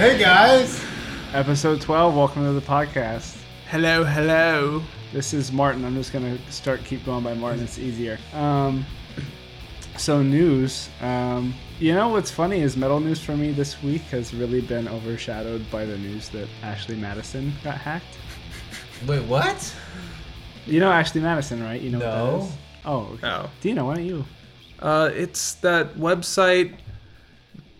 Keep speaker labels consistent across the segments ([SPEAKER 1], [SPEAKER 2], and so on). [SPEAKER 1] Hey guys,
[SPEAKER 2] Episode 12, welcome to the podcast.
[SPEAKER 3] Hello, hello.
[SPEAKER 2] This is Martin. I'm just going to start keep going by Martin. It's easier. Um, so news. Um, you know what's funny is metal news for me this week has really been overshadowed by the news that Ashley Madison got hacked.
[SPEAKER 1] wait, what?
[SPEAKER 2] You know Ashley Madison, right? You know
[SPEAKER 1] No.
[SPEAKER 2] what that is? Oh, okay.
[SPEAKER 3] Oh.
[SPEAKER 2] Dino, why don't you?
[SPEAKER 3] Uh, it's that website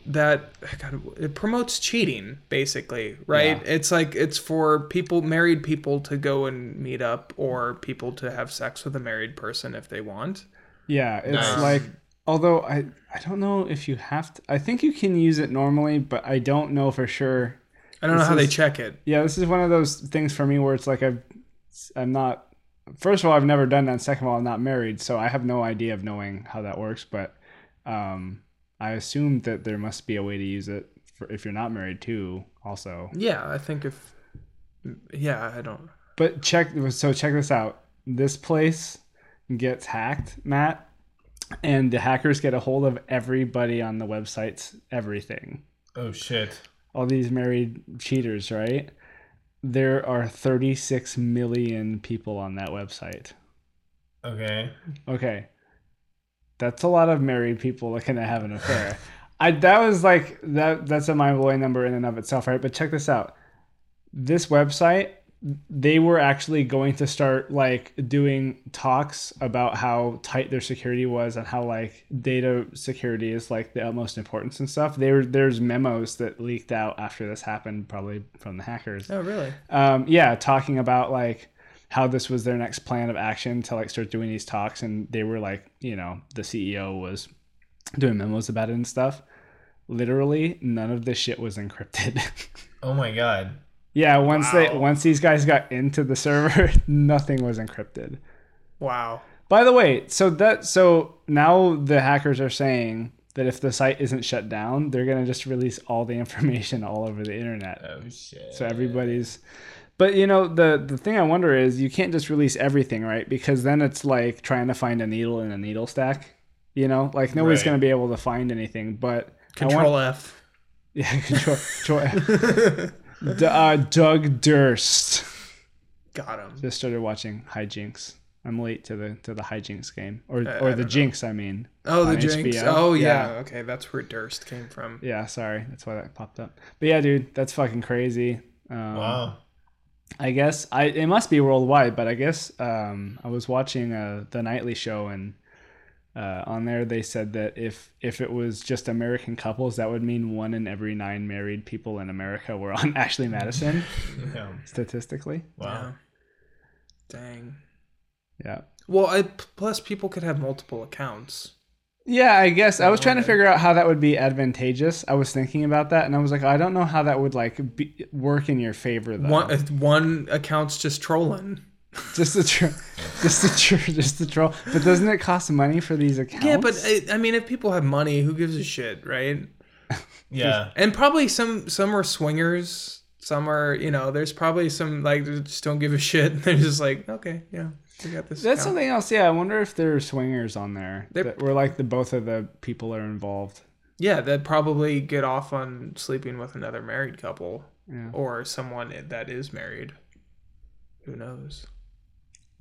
[SPEAKER 3] that God, it promotes cheating, basically, right?
[SPEAKER 2] Yeah.
[SPEAKER 3] It's like it's for people, married people, to go and meet up, or people to have sex with a married person if they want.
[SPEAKER 2] Yeah, it's
[SPEAKER 1] Nice.
[SPEAKER 2] like although I I don't know if you have to I think you can use it normally, but I don't know for sure
[SPEAKER 3] I don't know
[SPEAKER 2] This
[SPEAKER 3] how they
[SPEAKER 2] is-
[SPEAKER 3] check it.
[SPEAKER 2] yeah this is one of those things for me where it's like i've i'm not first of all i've never done that and second of all i'm not married so i have no idea of knowing how that works but um i assume that there must be a way to use it for if you're not married too also
[SPEAKER 3] Yeah, I think if yeah, I don't.
[SPEAKER 2] but check so check this out this place gets hacked matt and the hackers get a hold of everybody on the website's everything
[SPEAKER 1] Oh shit.
[SPEAKER 2] all these married cheaters, right? There are 36 million people on that website.
[SPEAKER 1] Okay.
[SPEAKER 2] Okay. That's a lot of married people that can have an affair. I that was like that that's a mind-blowing number in and of itself, right? But check this out. This website they were actually going to start like doing talks about how tight their security was and how like data security is like the utmost importance and stuff. There there's memos that leaked out after this happened probably from the hackers
[SPEAKER 3] Oh, really?
[SPEAKER 2] um, yeah, talking about like how this was their next plan of action to like start doing these talks, and they were like, you know, the CEO was doing memos about it and stuff. Literally, none of this shit was encrypted.
[SPEAKER 1] Oh my god.
[SPEAKER 2] yeah, once they
[SPEAKER 3] Wow.
[SPEAKER 2] once these guys got into the server, nothing was encrypted.
[SPEAKER 3] Wow.
[SPEAKER 2] By the way, so that so now the hackers are saying that if the site isn't shut down, they're gonna just release all the information all over the internet.
[SPEAKER 1] Oh shit.
[SPEAKER 2] So everybody's but you know the the thing I wonder is you can't just release everything, right? Because then it's like trying to find a needle in a needle stack. You know, like nobody's
[SPEAKER 1] Right.
[SPEAKER 2] going to be able to find anything, but I want-
[SPEAKER 3] Control F.
[SPEAKER 2] yeah, control. control D- uh, Doug Durst
[SPEAKER 3] Got him.
[SPEAKER 2] just started watching Hijinks. I'm late to the to the Hijinks game or
[SPEAKER 3] I
[SPEAKER 2] or
[SPEAKER 3] don't
[SPEAKER 2] the
[SPEAKER 3] know.
[SPEAKER 2] Jinx. I mean,
[SPEAKER 3] Oh, the
[SPEAKER 2] on
[SPEAKER 3] jinx.
[SPEAKER 2] HBO.
[SPEAKER 3] Oh, yeah.
[SPEAKER 2] Yeah.
[SPEAKER 3] Okay, that's where Durst came from.
[SPEAKER 2] yeah. Sorry, that's why that popped up. But yeah, dude, that's fucking crazy. Um,
[SPEAKER 1] Wow.
[SPEAKER 2] I guess I it must be worldwide, but I guess um, I was watching uh, the nightly show and uh, on there they said that if if it was just American couples, that would mean one in every nine married people in America were on Ashley Madison
[SPEAKER 1] Yeah.
[SPEAKER 2] statistically.
[SPEAKER 1] Wow.
[SPEAKER 3] Yeah. Dang.
[SPEAKER 2] Yeah.
[SPEAKER 3] Well, I plus people could have multiple accounts.
[SPEAKER 2] Yeah, I guess I was trying to
[SPEAKER 3] Okay.
[SPEAKER 2] figure out how that would be advantageous. I was thinking about that, and I was like, I don't know how that would like be, work in your favor though.
[SPEAKER 3] One uh, one account's just trolling.
[SPEAKER 2] just the tr- just the tr- just the troll. But doesn't it cost money for these accounts?
[SPEAKER 3] Yeah, but I, I mean, if people have money, who gives a shit, right?
[SPEAKER 1] Yeah.
[SPEAKER 3] And probably some some are swingers. Some are, you know, there's probably some like that just don't give a shit. They're just like, okay, yeah, we got this.
[SPEAKER 2] That's
[SPEAKER 3] account.
[SPEAKER 2] something else. Yeah, I wonder if there are swingers on there
[SPEAKER 3] There-
[SPEAKER 2] that were like the both of the people are involved.
[SPEAKER 3] Yeah, that probably get off on sleeping with another married couple
[SPEAKER 2] Yeah,
[SPEAKER 3] or someone that is married. Who knows?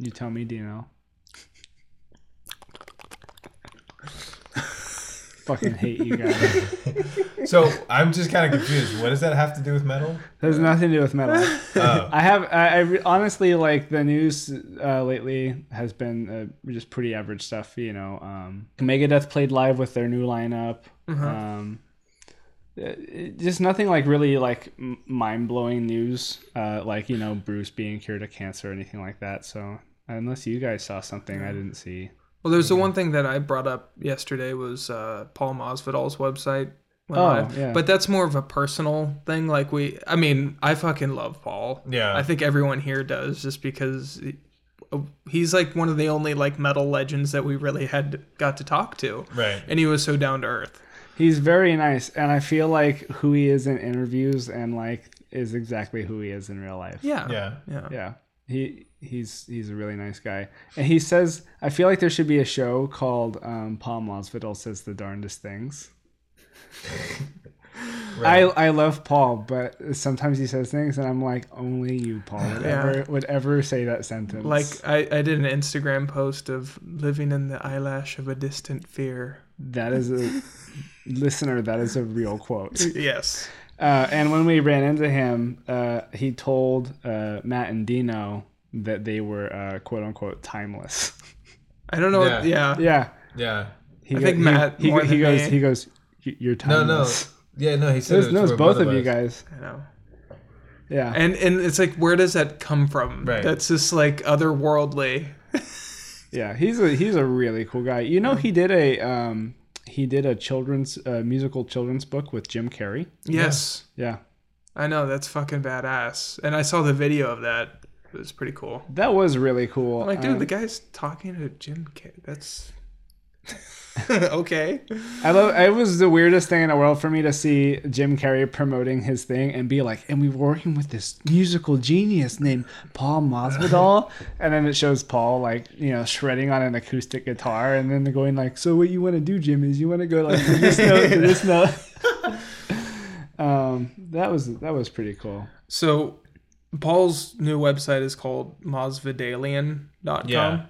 [SPEAKER 2] you tell me, Dino. Fucking hate you guys.
[SPEAKER 1] So I'm just kind of confused. What does that have to do with metal?
[SPEAKER 2] There's nothing to do with metal.
[SPEAKER 1] Oh.
[SPEAKER 2] I have, I, I re- honestly like the news uh, lately has been uh, just pretty average stuff. You know, um, Megadeth played live with their new lineup. Um, it- just nothing like really like mind blowing news, uh, like you know Bruce being cured of cancer or anything like that. So unless you guys saw something I didn't see,
[SPEAKER 3] Well, there's the one thing that I brought up yesterday was uh, Paul Mosvedal's website. went
[SPEAKER 2] Oh,
[SPEAKER 3] live.
[SPEAKER 2] yeah.
[SPEAKER 3] But that's more of a personal thing. Like we, I mean, I fucking love Paul.
[SPEAKER 1] Yeah.
[SPEAKER 3] I think everyone here does, just because he- he's like one of the only like metal legends that we really had got to talk to,
[SPEAKER 1] Right.
[SPEAKER 3] and he was so down to earth.
[SPEAKER 2] he's very nice, and I feel like who he is in interviews and like is exactly who he is in real life.
[SPEAKER 3] Yeah.
[SPEAKER 1] Yeah.
[SPEAKER 3] Yeah.
[SPEAKER 2] Yeah. He he's he's a really nice guy. And he says I feel like there should be a show called um Paul Mosvedal says the darndest things. I,
[SPEAKER 1] Right.
[SPEAKER 2] I love Paul, but sometimes he says things, and I'm like, only you, Paul, would,
[SPEAKER 3] Yeah.
[SPEAKER 2] ever, would ever say that sentence.
[SPEAKER 3] Like I, I did an Instagram post of living in the eyelash of a distant fear.
[SPEAKER 2] that is a listener, that is a real quote.
[SPEAKER 3] Yes.
[SPEAKER 2] Uh, and when we ran into him, uh, he told uh, Matt and Dino that they were uh, quote unquote timeless.
[SPEAKER 3] I don't know.
[SPEAKER 1] Yeah.
[SPEAKER 3] what- Yeah.
[SPEAKER 2] yeah,
[SPEAKER 1] yeah.
[SPEAKER 2] he
[SPEAKER 3] I think Matt
[SPEAKER 2] He,
[SPEAKER 3] more
[SPEAKER 2] he, he
[SPEAKER 3] than
[SPEAKER 2] goes.
[SPEAKER 3] me.
[SPEAKER 2] He goes. "Y- You're
[SPEAKER 1] No, no.
[SPEAKER 2] timeless.
[SPEAKER 1] Yeah, no, he said
[SPEAKER 2] There's,
[SPEAKER 1] it
[SPEAKER 2] no, it's
[SPEAKER 1] for
[SPEAKER 2] both of
[SPEAKER 1] us.
[SPEAKER 2] you guys.
[SPEAKER 3] I know.
[SPEAKER 2] Yeah.
[SPEAKER 3] And and it's like where does that come from?
[SPEAKER 1] Right.
[SPEAKER 3] That's just like otherworldly.
[SPEAKER 2] Yeah, he's a he's a really cool guy. You know, he did a um he did a children's uh, musical children's book with Jim Carrey.
[SPEAKER 3] Yes.
[SPEAKER 2] Yeah,
[SPEAKER 3] I know that's fucking badass. And I saw the video of that. It was pretty cool.
[SPEAKER 2] that was really cool.
[SPEAKER 3] I'm like, dude,
[SPEAKER 2] Um,
[SPEAKER 3] the guy's talking to Jim K. That's okay.
[SPEAKER 2] I love. It was the weirdest thing in the world for me to see Jim Carrey promoting his thing and be like, and we were working with this musical genius named Paul Masvidal, and then it shows Paul like you know shredding on an acoustic guitar, and then they're going like, so what you want to do, Jim? Is you want to go like to this note to this note? um, that was that was pretty cool.
[SPEAKER 3] So Paul's new website is called mosvidalian.com.
[SPEAKER 1] Yeah.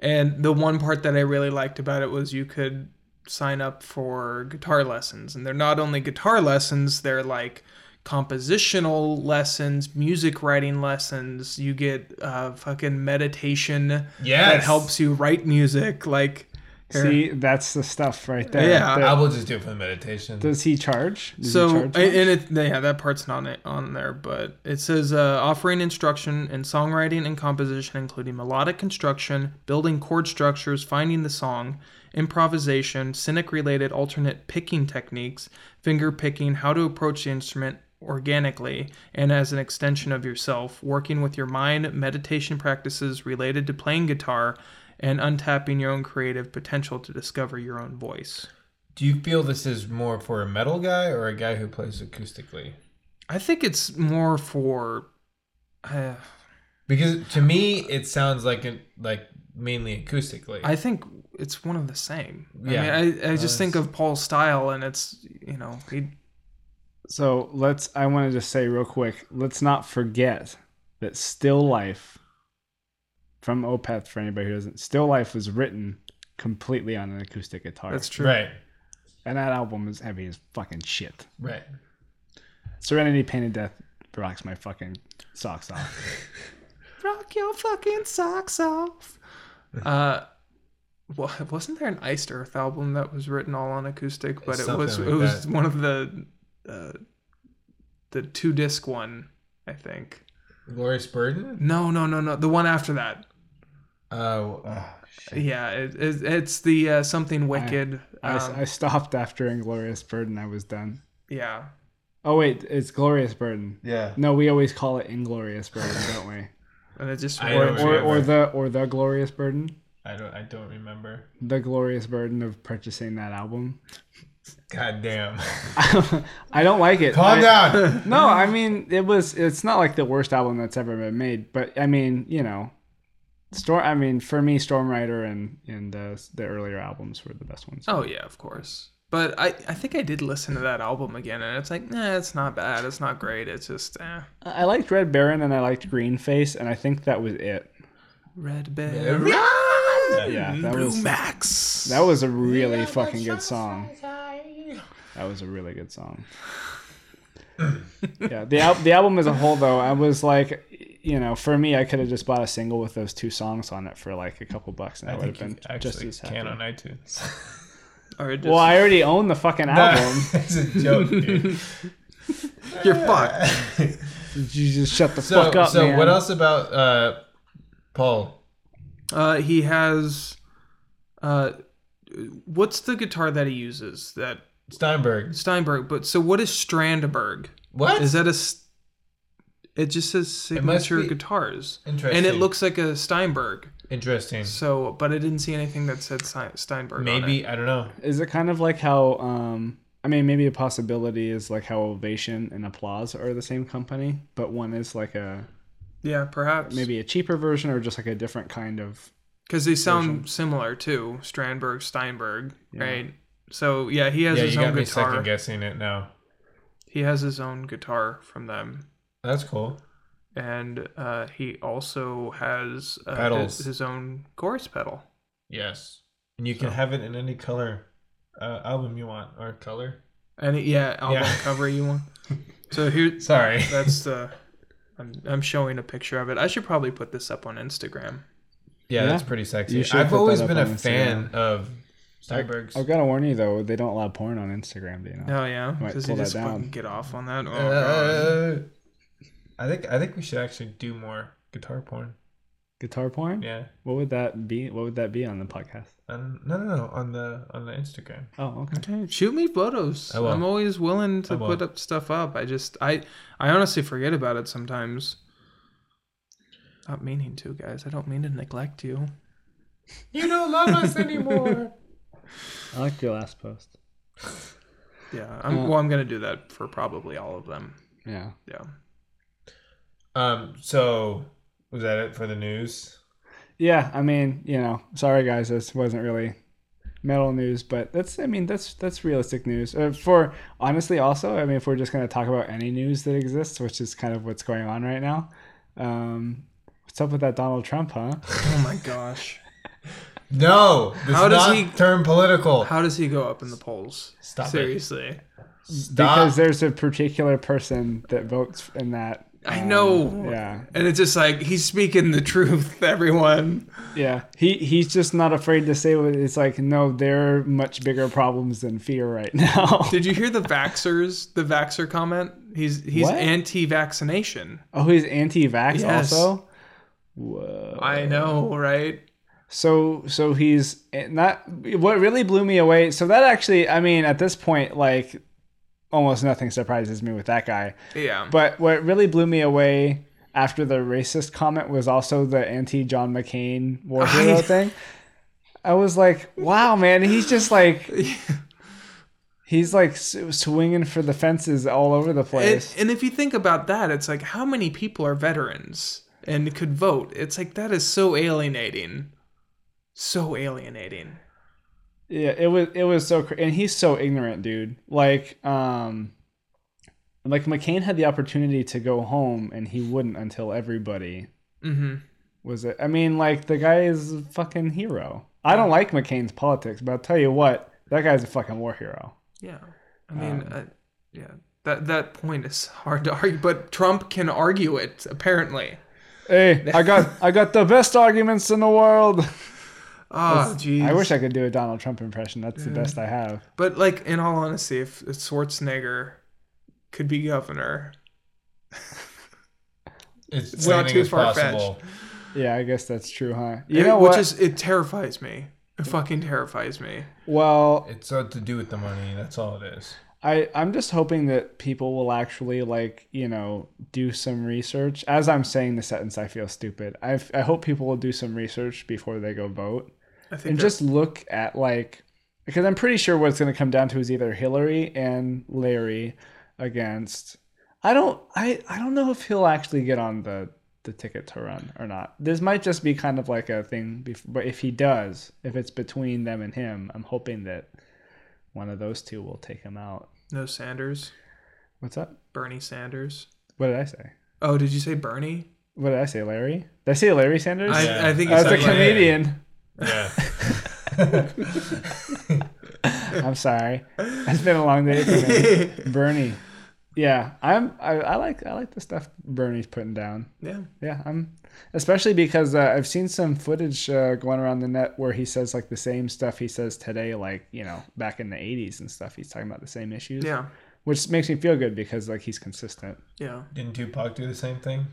[SPEAKER 3] And the one part that I really liked about it was you could sign up for guitar lessons. And they're not only guitar lessons, they're like compositional lessons, music writing lessons. You get uh, fucking meditation that
[SPEAKER 1] Yes.
[SPEAKER 3] helps you write music. Like, here.
[SPEAKER 2] See, that's the stuff right there.
[SPEAKER 3] Yeah,
[SPEAKER 2] That-
[SPEAKER 1] I will just do it for the meditation.
[SPEAKER 2] does he charge? Does he
[SPEAKER 3] So
[SPEAKER 2] charge
[SPEAKER 3] and it yeah that part's not on- on there, but it says uh, offering instruction in songwriting and composition, including melodic construction, building chord structures, finding the song, improvisation, cynic related alternate picking techniques, finger picking, how to approach the instrument organically and as an extension of yourself, working with your mind, meditation practices related to playing guitar, and untapping your own creative potential to discover your own voice.
[SPEAKER 1] do you feel this is more for a metal guy or a guy who plays acoustically?
[SPEAKER 3] I think it's more for. Uh,
[SPEAKER 1] Because to me, it sounds like an, like mainly acoustically.
[SPEAKER 3] I think it's one of the same.
[SPEAKER 1] Yeah.
[SPEAKER 3] I mean, I, I
[SPEAKER 1] Nice.
[SPEAKER 3] just think of Paul's style, and it's you know he,
[SPEAKER 2] So let's. I want to just say real quick. Let's not forget that "Still Life" from Opeth. For anybody who doesn't, "Still Life" was written completely on an acoustic guitar,
[SPEAKER 3] that's true.
[SPEAKER 1] right,
[SPEAKER 2] and that album is heavy as fucking shit.
[SPEAKER 1] right.
[SPEAKER 2] "Serenity, Pain, and Death" rocks my fucking socks off.
[SPEAKER 3] Rock your fucking socks off. Uh, wa- wasn't there an Iced Earth album that was written all on acoustic, but it
[SPEAKER 1] Something
[SPEAKER 3] was
[SPEAKER 1] like
[SPEAKER 3] it was
[SPEAKER 1] that.
[SPEAKER 3] one of the uh, the two disc one, I think.
[SPEAKER 1] Glorious Burden.
[SPEAKER 3] No, no, no, no. The one after that.
[SPEAKER 1] Oh, ah, shit.
[SPEAKER 3] Yeah, it, it, it's the uh, something wicked.
[SPEAKER 2] I,
[SPEAKER 3] um,
[SPEAKER 2] I stopped after "Inglorious Burden." I was done.
[SPEAKER 3] yeah.
[SPEAKER 2] Oh wait, it's "Glorious Burden."
[SPEAKER 1] yeah.
[SPEAKER 2] No, we always call it "Inglorious Burden," don't we?
[SPEAKER 3] And it just
[SPEAKER 1] I
[SPEAKER 3] or-
[SPEAKER 1] don't
[SPEAKER 3] or-
[SPEAKER 2] Or, or
[SPEAKER 1] Remember.
[SPEAKER 2] the or the glorious burden,
[SPEAKER 1] I don't. I don't remember.
[SPEAKER 2] the glorious burden of purchasing that album.
[SPEAKER 1] God damn.
[SPEAKER 2] I don't like it.
[SPEAKER 1] Calm
[SPEAKER 2] I-
[SPEAKER 1] down.
[SPEAKER 2] No, I mean it was. It's not like the worst album that's ever been made, but I mean, you know, storm. I mean, for me, Storm Rider and and uh, the earlier albums were the best ones.
[SPEAKER 3] oh yeah, of course. But I, I think I did listen to that album again, and it's like, nah, it's not bad. It's not great. It's just, eh.
[SPEAKER 2] I I liked Red Baron and I liked Green Face, and I think that was it.
[SPEAKER 3] Red
[SPEAKER 1] Yeah,
[SPEAKER 3] Bear.
[SPEAKER 1] right.
[SPEAKER 2] Yeah, that
[SPEAKER 3] Blue
[SPEAKER 2] was
[SPEAKER 3] Max.
[SPEAKER 2] that was a really fucking good song. That was a really good song. yeah, the al- the album as a whole, though, I was like, you know, for me, I could have just bought a single with those two songs on it for like a couple bucks, and I,
[SPEAKER 1] I
[SPEAKER 2] would have
[SPEAKER 1] think you
[SPEAKER 2] been just
[SPEAKER 1] actually
[SPEAKER 2] as happy.
[SPEAKER 1] can on iTunes.
[SPEAKER 3] Or just,
[SPEAKER 2] well, I already own the fucking album.
[SPEAKER 1] That's a joke, dude.
[SPEAKER 3] you're fucked.
[SPEAKER 2] You just shut the
[SPEAKER 1] So,
[SPEAKER 2] fuck up,
[SPEAKER 1] so
[SPEAKER 2] man.
[SPEAKER 1] what else about uh, Paul?
[SPEAKER 3] Uh, he has, uh, what's the guitar that he uses? That
[SPEAKER 1] Steinberg.
[SPEAKER 3] Steinberg. But so what is Strandberg?
[SPEAKER 1] What?
[SPEAKER 3] Is that a? s- It just says
[SPEAKER 1] must
[SPEAKER 3] signature
[SPEAKER 1] be-
[SPEAKER 3] guitars, and it
[SPEAKER 1] Interesting.
[SPEAKER 3] looks like a Steinberg.
[SPEAKER 1] Interesting.
[SPEAKER 3] So, but I didn't see anything that said Stein- Steinberg. on it.
[SPEAKER 1] Maybe I don't know.
[SPEAKER 2] Is it kind of like how? um I mean, maybe a possibility is like how Ovation and Applause are the same company, but one is like a
[SPEAKER 3] Yeah, perhaps.
[SPEAKER 2] maybe a cheaper version or just like a different kind of.
[SPEAKER 3] Because they sound similar too. Strandberg, Steinberg,
[SPEAKER 2] Yeah.
[SPEAKER 3] right? So, yeah, he has
[SPEAKER 1] Yeah,
[SPEAKER 3] his
[SPEAKER 1] you
[SPEAKER 3] own
[SPEAKER 1] got me
[SPEAKER 3] guitar.
[SPEAKER 1] second guessing it now.
[SPEAKER 3] he has his own guitar from them,
[SPEAKER 1] That's cool.
[SPEAKER 3] and uh, he also has uh,
[SPEAKER 1] Pedals.
[SPEAKER 3] His, his own chorus pedal.
[SPEAKER 1] Yes. And you can have it in any color uh, album you want or color.
[SPEAKER 3] And it- yeah, album
[SPEAKER 1] Yeah.
[SPEAKER 3] cover you want. So here,
[SPEAKER 1] Sorry.
[SPEAKER 3] that's the. I'm I'm showing a picture of it. I should probably put this up on Instagram.
[SPEAKER 1] Yeah,
[SPEAKER 2] Yeah.
[SPEAKER 1] that's pretty
[SPEAKER 2] You
[SPEAKER 1] sexy.
[SPEAKER 2] should put
[SPEAKER 1] I've
[SPEAKER 2] that
[SPEAKER 1] always
[SPEAKER 2] up
[SPEAKER 1] been a
[SPEAKER 2] on
[SPEAKER 1] fan
[SPEAKER 2] Instagram.
[SPEAKER 1] of Steinberg's.
[SPEAKER 2] I've got to warn you though, they don't allow porn on Instagram. Do you know?
[SPEAKER 3] Oh yeah,
[SPEAKER 2] Might
[SPEAKER 3] does he
[SPEAKER 2] pull that
[SPEAKER 3] just
[SPEAKER 2] down.
[SPEAKER 3] fucking get off on that? Oh god.
[SPEAKER 1] Uh, I think I think we should actually do more guitar porn.
[SPEAKER 2] Guitar porn?
[SPEAKER 1] Yeah.
[SPEAKER 2] What would that be? What would that be on the podcast?
[SPEAKER 1] Um, no, no, no. On the on the Instagram.
[SPEAKER 2] Oh, okay.
[SPEAKER 3] Okay, shoot me photos.
[SPEAKER 1] I will.
[SPEAKER 3] I'm always willing to
[SPEAKER 1] I will.
[SPEAKER 3] put up stuff up. I just I I honestly forget about it sometimes. Not meaning to, guys. I don't mean to neglect you.
[SPEAKER 1] You don't love us anymore.
[SPEAKER 2] I liked your last post.
[SPEAKER 3] Yeah. I'm,
[SPEAKER 2] Uh,
[SPEAKER 3] well, I'm gonna do that for probably all of them.
[SPEAKER 2] Yeah.
[SPEAKER 3] Yeah.
[SPEAKER 1] um. So was that it for the news?
[SPEAKER 2] Yeah, I mean, you know, sorry guys, this wasn't really metal news, but that's I mean, that's that's realistic news. Uh, for honestly also, I mean, if we're just going to talk about any news that exists, which is kind of what's going on right now. Um what's up with that Donald Trump, huh?
[SPEAKER 3] Oh my gosh.
[SPEAKER 1] No. This
[SPEAKER 3] How
[SPEAKER 1] How
[SPEAKER 3] does
[SPEAKER 1] does not
[SPEAKER 3] he-
[SPEAKER 1] turn political?
[SPEAKER 3] How does he go up in the polls?
[SPEAKER 1] Stop it.
[SPEAKER 3] Seriously.
[SPEAKER 1] Stop.
[SPEAKER 2] Because there's a particular person that votes in that
[SPEAKER 3] I
[SPEAKER 1] Oh.
[SPEAKER 2] um,
[SPEAKER 3] know.
[SPEAKER 2] Yeah.
[SPEAKER 3] And it's just like he's speaking the truth, everyone.
[SPEAKER 2] Yeah, he he's just not afraid to say what it's like. No, there are much bigger problems than fear right now.
[SPEAKER 3] Did you hear the vaxxers? The vaxxer comment. He's he's
[SPEAKER 2] What?
[SPEAKER 3] anti-vaccination.
[SPEAKER 2] oh, he's anti-vax
[SPEAKER 3] Yes.
[SPEAKER 2] also. Whoa.
[SPEAKER 3] I know, right?
[SPEAKER 2] So so he's not. What really blew me away. So that actually, I mean, at this point, like almost nothing surprises me with that guy.
[SPEAKER 3] Yeah.
[SPEAKER 2] But what really blew me away after the racist comment was also the anti John McCain war hero
[SPEAKER 3] I-
[SPEAKER 2] thing. I was like, wow, man, he's just like he's like s- swinging for the fences all over the
[SPEAKER 3] And,
[SPEAKER 2] place.
[SPEAKER 3] and if you think about that, it's like how many people are veterans and could vote? It's like that is so alienating. So alienating.
[SPEAKER 2] yeah, it was it was so cra- and he's so ignorant, dude. Like um like McCain had the opportunity to go home and he wouldn't until everybody
[SPEAKER 3] Mm-hmm.
[SPEAKER 2] was it? I mean, like the guy is a fucking hero. I don't like McCain's politics, but I'll tell you what, that guy's a fucking war hero.
[SPEAKER 3] Yeah. I mean,
[SPEAKER 2] Um,
[SPEAKER 3] I, yeah. That that point is hard to argue, but Trump can argue it apparently.
[SPEAKER 2] Hey, I got I got the best arguments in the world.
[SPEAKER 3] Oh, jeez.
[SPEAKER 2] I wish I could do a Donald Trump impression. That's the best I have.
[SPEAKER 3] But like, in all honesty, if, if Schwarzenegger could be governor,
[SPEAKER 1] It's,
[SPEAKER 3] It's not
[SPEAKER 1] planning
[SPEAKER 3] too
[SPEAKER 1] as
[SPEAKER 3] far-fetched.
[SPEAKER 1] possible.
[SPEAKER 2] Yeah, I guess that's true, huh? You
[SPEAKER 3] it-
[SPEAKER 2] know
[SPEAKER 3] which
[SPEAKER 2] what?
[SPEAKER 3] is it terrifies me. It fucking terrifies me.
[SPEAKER 2] well,
[SPEAKER 1] It's all to do with the money. That's all it is.
[SPEAKER 2] I I'm just hoping that people will actually like you know do some research. As I'm saying the sentence, I feel stupid. I I hope people will do some research before they go vote.
[SPEAKER 3] I think
[SPEAKER 2] and
[SPEAKER 3] that-
[SPEAKER 2] just look at like because I'm pretty sure what it's going to come down to is either Hillary and Larry against. I don't I I don't know if he'll actually get on the the ticket to run or not. This might just be kind of like a thing, bef- but if he does, if it's between them and him, I'm hoping that one of those two will take him out.
[SPEAKER 3] no Sanders,
[SPEAKER 2] What's up?
[SPEAKER 3] Bernie Sanders.
[SPEAKER 2] What did I say?
[SPEAKER 3] Oh, did you say Bernie?
[SPEAKER 2] What did I say, Larry? Did I say Larry Sanders?
[SPEAKER 3] I,
[SPEAKER 2] I,
[SPEAKER 1] Yeah.
[SPEAKER 3] I think
[SPEAKER 1] That's
[SPEAKER 2] was
[SPEAKER 3] it's
[SPEAKER 2] a
[SPEAKER 1] like Larry.
[SPEAKER 2] comedian.
[SPEAKER 1] Yeah.
[SPEAKER 2] I'm sorry. It's been a long day for me. Bernie. Yeah, I'm. I, I like. I like the stuff Bernie's putting down.
[SPEAKER 3] yeah.
[SPEAKER 2] Yeah, I'm. Especially because uh, I've seen some footage uh, going around the net where he says like the same stuff he says today, like you know back in the '80s and stuff. He's talking about the same issues.
[SPEAKER 3] Yeah.
[SPEAKER 2] which makes me feel good because like he's consistent.
[SPEAKER 3] Yeah.
[SPEAKER 1] Didn't Tupac do the same thing?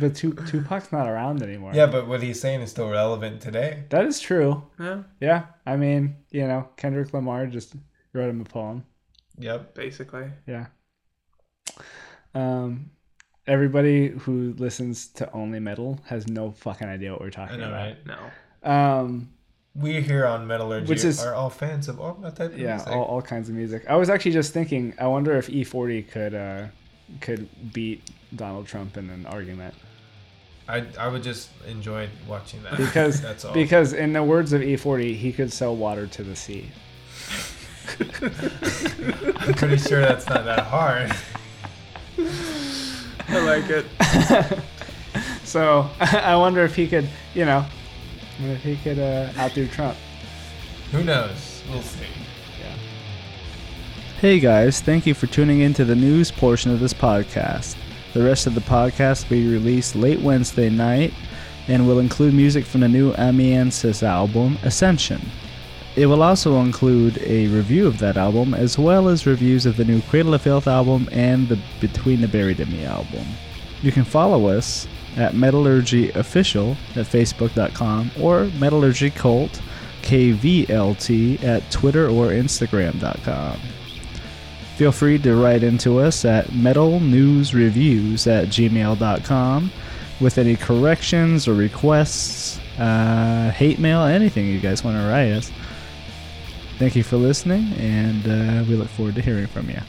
[SPEAKER 2] But Tu- Tupac's not around anymore.
[SPEAKER 1] Yeah, but what he's saying is still relevant today.
[SPEAKER 2] that is true.
[SPEAKER 3] Yeah.
[SPEAKER 2] Yeah, I mean, you know, Kendrick Lamar just wrote him a poem.
[SPEAKER 1] Yep.
[SPEAKER 3] Basically.
[SPEAKER 2] Yeah. Um, everybody who listens to only metal has no fucking idea what we're
[SPEAKER 1] I
[SPEAKER 2] talking
[SPEAKER 1] know, right?
[SPEAKER 3] No.
[SPEAKER 2] about. Um,
[SPEAKER 1] We here on Metallurgy
[SPEAKER 2] Which is-
[SPEAKER 1] are all fans of all metal
[SPEAKER 2] yeah,
[SPEAKER 1] music.
[SPEAKER 2] all, all kinds of music. I was actually just thinking. I wonder if E40 could uh, could beat Donald Trump in an argument
[SPEAKER 1] I I would just enjoy watching that
[SPEAKER 2] because
[SPEAKER 1] that's all.
[SPEAKER 2] E because in the words of E40, he could sell water to the sea.
[SPEAKER 1] I'm pretty sure that's not that hard.
[SPEAKER 3] I like it.
[SPEAKER 4] So I wonder if he could, you know, I wonder if he could uh, outdo Trump.
[SPEAKER 1] Who knows? We'll see.
[SPEAKER 4] Yeah.
[SPEAKER 2] Hey guys, thank you for tuning in to the news portion of this podcast. The rest of the podcast will be released late Wednesday night and will include music from the new Amiensis album, Ascension. It will also include a review of that album, as well as reviews of the new Cradle of Filth album and the Between the Buried and Me album. You can follow us at Metallurgy Official at Facebook.com or Metallurgy Cult KVLT at Twitter or Instagram.com. Feel free to write into us at metalnewsreviews at gmail.com with any corrections or requests, uh, hate mail, anything you guys want to write us. Thank you for listening, and uh, we look forward to hearing from you.